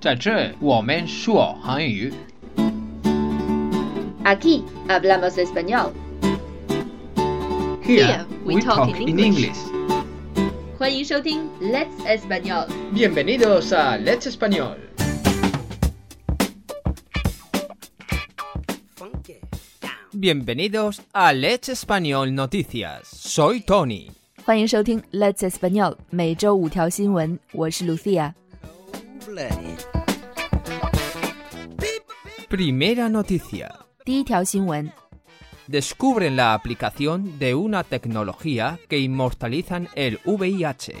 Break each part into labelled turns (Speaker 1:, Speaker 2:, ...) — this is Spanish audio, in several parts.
Speaker 1: 在这我们说韩语。
Speaker 2: Aquí hablamos español。
Speaker 3: Here we talk in English。
Speaker 2: 欢迎收听 Let's Español。
Speaker 3: Bienvenidos a Let's Español。
Speaker 4: Bienvenidos a Let's Español Noticias. Soy Tony.
Speaker 5: 欢迎收听 Let's Español，每周五条新闻，我是 Lucia。
Speaker 4: Primera noticia.
Speaker 5: 第一条新闻，
Speaker 4: Descubren la aplicación de una tecnología que inmortalizan el VIH.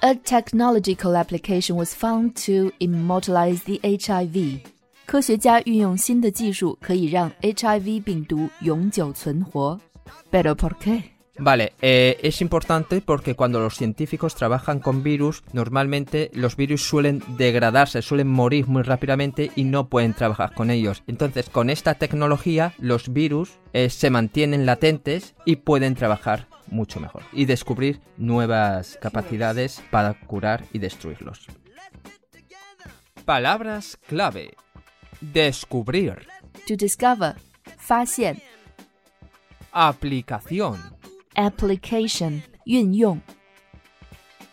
Speaker 5: A technological application was found to immortalize the HIV。科学家运用新的技术，可以让 HIV 病毒永久存活。Pero por qué？
Speaker 4: Vale, eh, es importante porque cuando los científicos trabajan con virus, normalmente los virus suelen degradarse, suelen morir muy rápidamente y no pueden trabajar con ellos. Entonces, con esta tecnología, los virus eh, se mantienen latentes y pueden trabajar mucho mejor y descubrir nuevas capacidades para curar y destruirlos. Palabras clave. Descubrir.
Speaker 5: To discover，发现
Speaker 4: Aplicación.
Speaker 5: ；application，运用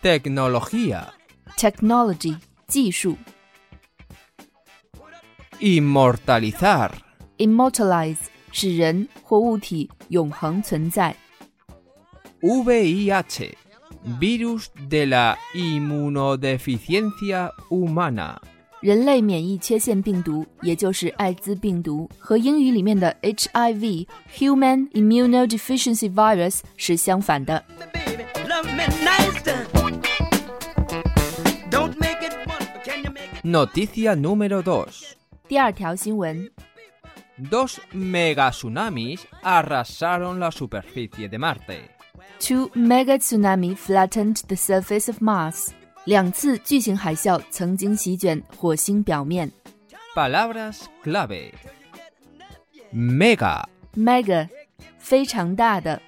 Speaker 4: Tecnología.
Speaker 5: ；technology，技术
Speaker 4: Inmortalizar.
Speaker 5: ；immortalize，使人或物体永恒存在。
Speaker 4: VIH, virus de la inmunodeficiencia humana.
Speaker 5: 人类免疫缺陷病毒，也就是艾滋病毒，和英语里面的 HIV（Human Immunodeficiency Virus） 是相反的。
Speaker 4: Noticia número 2.
Speaker 5: 第二条新闻：
Speaker 4: Dos megatsunamis arrasaron la superficie de Marte.
Speaker 5: Two mega tsunami flattened the surface of Mars。两次巨型海啸曾经席卷火星表面。
Speaker 4: Palabras clave. Mega,
Speaker 5: Mega，非常大的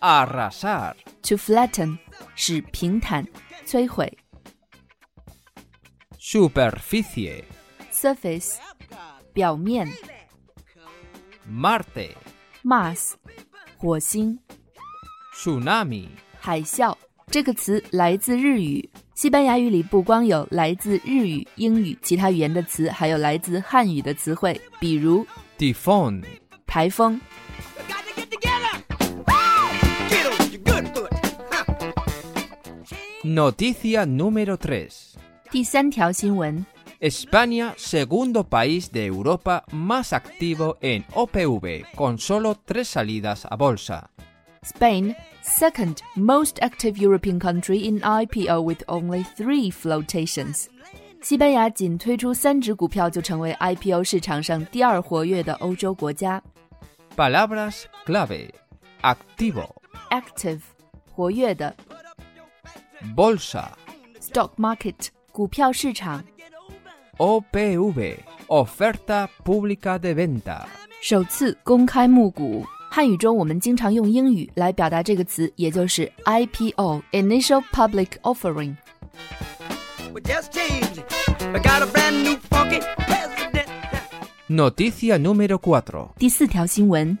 Speaker 4: arrasar,
Speaker 5: ；to flatten，使平坦、摧毁
Speaker 4: superficie,
Speaker 5: ；surface，表面
Speaker 4: Marte,
Speaker 5: ；Mars，火星。
Speaker 4: tsunami,
Speaker 5: 海啸这个词来自日语，西班牙语里不光有来自日语、英语其他语言的词，还有来自汉语的词汇，比如
Speaker 4: tifón,
Speaker 5: 台风。
Speaker 4: Noticia número 3.
Speaker 5: 第三条新闻
Speaker 4: España, segundo país de Europa más activo en OPV, con solo tres salidas a bolsa.
Speaker 5: ：Spain, second most active European country in IPO with only three flotations。西班牙仅推出三只股票就成为 IPO 市场上第二活跃的欧洲国家。
Speaker 4: Palabras clave. Activo.
Speaker 5: Active，活跃的
Speaker 4: Bolsa.
Speaker 5: stock market，股票市场。
Speaker 4: OPV. Oferta pública de venta.
Speaker 5: 首次公开募股。汉语中我们经常用英语来表达这个词，也就是 IPO（Initial Public Offering）。
Speaker 4: Noticia número 4.
Speaker 5: 第四条新闻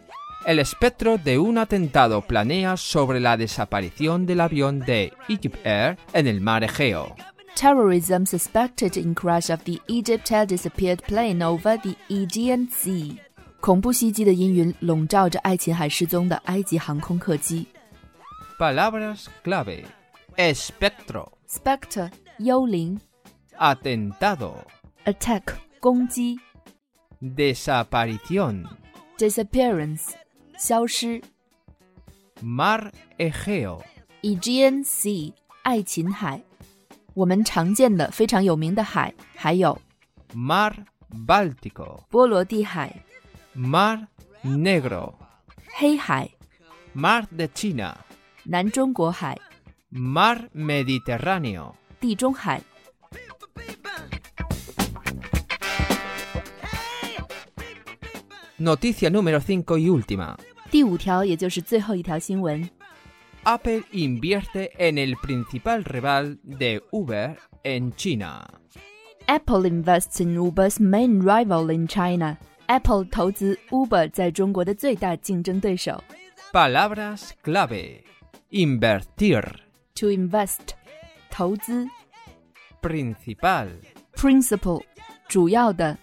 Speaker 4: El espectro de un atentado planea sobre la desaparición del avión de Egypt Air en el mar Egeo.
Speaker 5: ：Terrorism suspected in crash of the Egypt Air disappeared plane over the Aegean Sea。恐怖袭击的阴云笼罩着爱琴海失踪的埃及航空客机。
Speaker 4: Palabras clave. Espectro.
Speaker 5: Spectre 幽灵
Speaker 4: Atentado.
Speaker 5: ，attack 攻击
Speaker 4: Desaparición.
Speaker 5: ，disappearance 消失
Speaker 4: Mar Egeo.
Speaker 5: Aegean Sea 爱琴海，我们常见的非常有名的海，还有
Speaker 4: Mar Báltico.
Speaker 5: 波罗的海、
Speaker 4: Mar Negro.
Speaker 5: 黑海、
Speaker 4: Mar de China.
Speaker 5: 南中国海、
Speaker 4: Mar Mediterráneo.
Speaker 5: 地中海。
Speaker 4: Noticia número 5 y última.
Speaker 5: 第五条，也就是最后一条新闻
Speaker 4: Apple invierte en el principal rival de Uber en China.
Speaker 5: Apple invests in Uber's main rival in China. Apple 投资 Uber 在中国的最大竞争对手。
Speaker 4: Palabras clave. Invertir.
Speaker 5: To invest，投资
Speaker 4: Principal.
Speaker 5: ；principal，主要的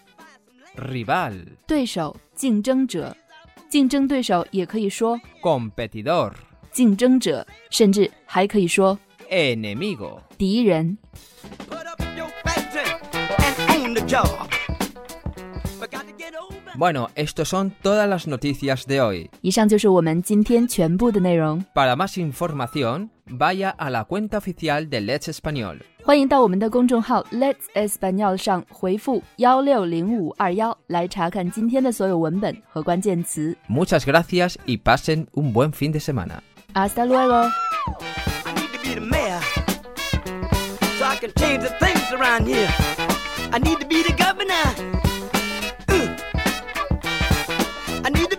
Speaker 4: Rival.
Speaker 5: 对手、竞争者。竞争对手也可以说
Speaker 4: Competidor.
Speaker 5: 竞争者，甚至还可以说
Speaker 4: Enemigo.
Speaker 5: 敌人。
Speaker 6: Put up your factory and own the job. But got to get over.
Speaker 4: Bueno, estos son todas las noticias de hoy.
Speaker 5: 以上就是我们今天全部的内容，
Speaker 4: Para más información, vaya a la cuenta oficial de Let's Español.
Speaker 5: 欢迎到我们的公众号 Let's Espanol 上回复幺六零五二幺来查看今天的所有文本和关键词。
Speaker 4: Muchas gracias y pasen un buen fin de semana.
Speaker 5: Hasta luego。
Speaker 6: I need to be the mayor so I can change the things around here. I need to be the governor. Mm. I need to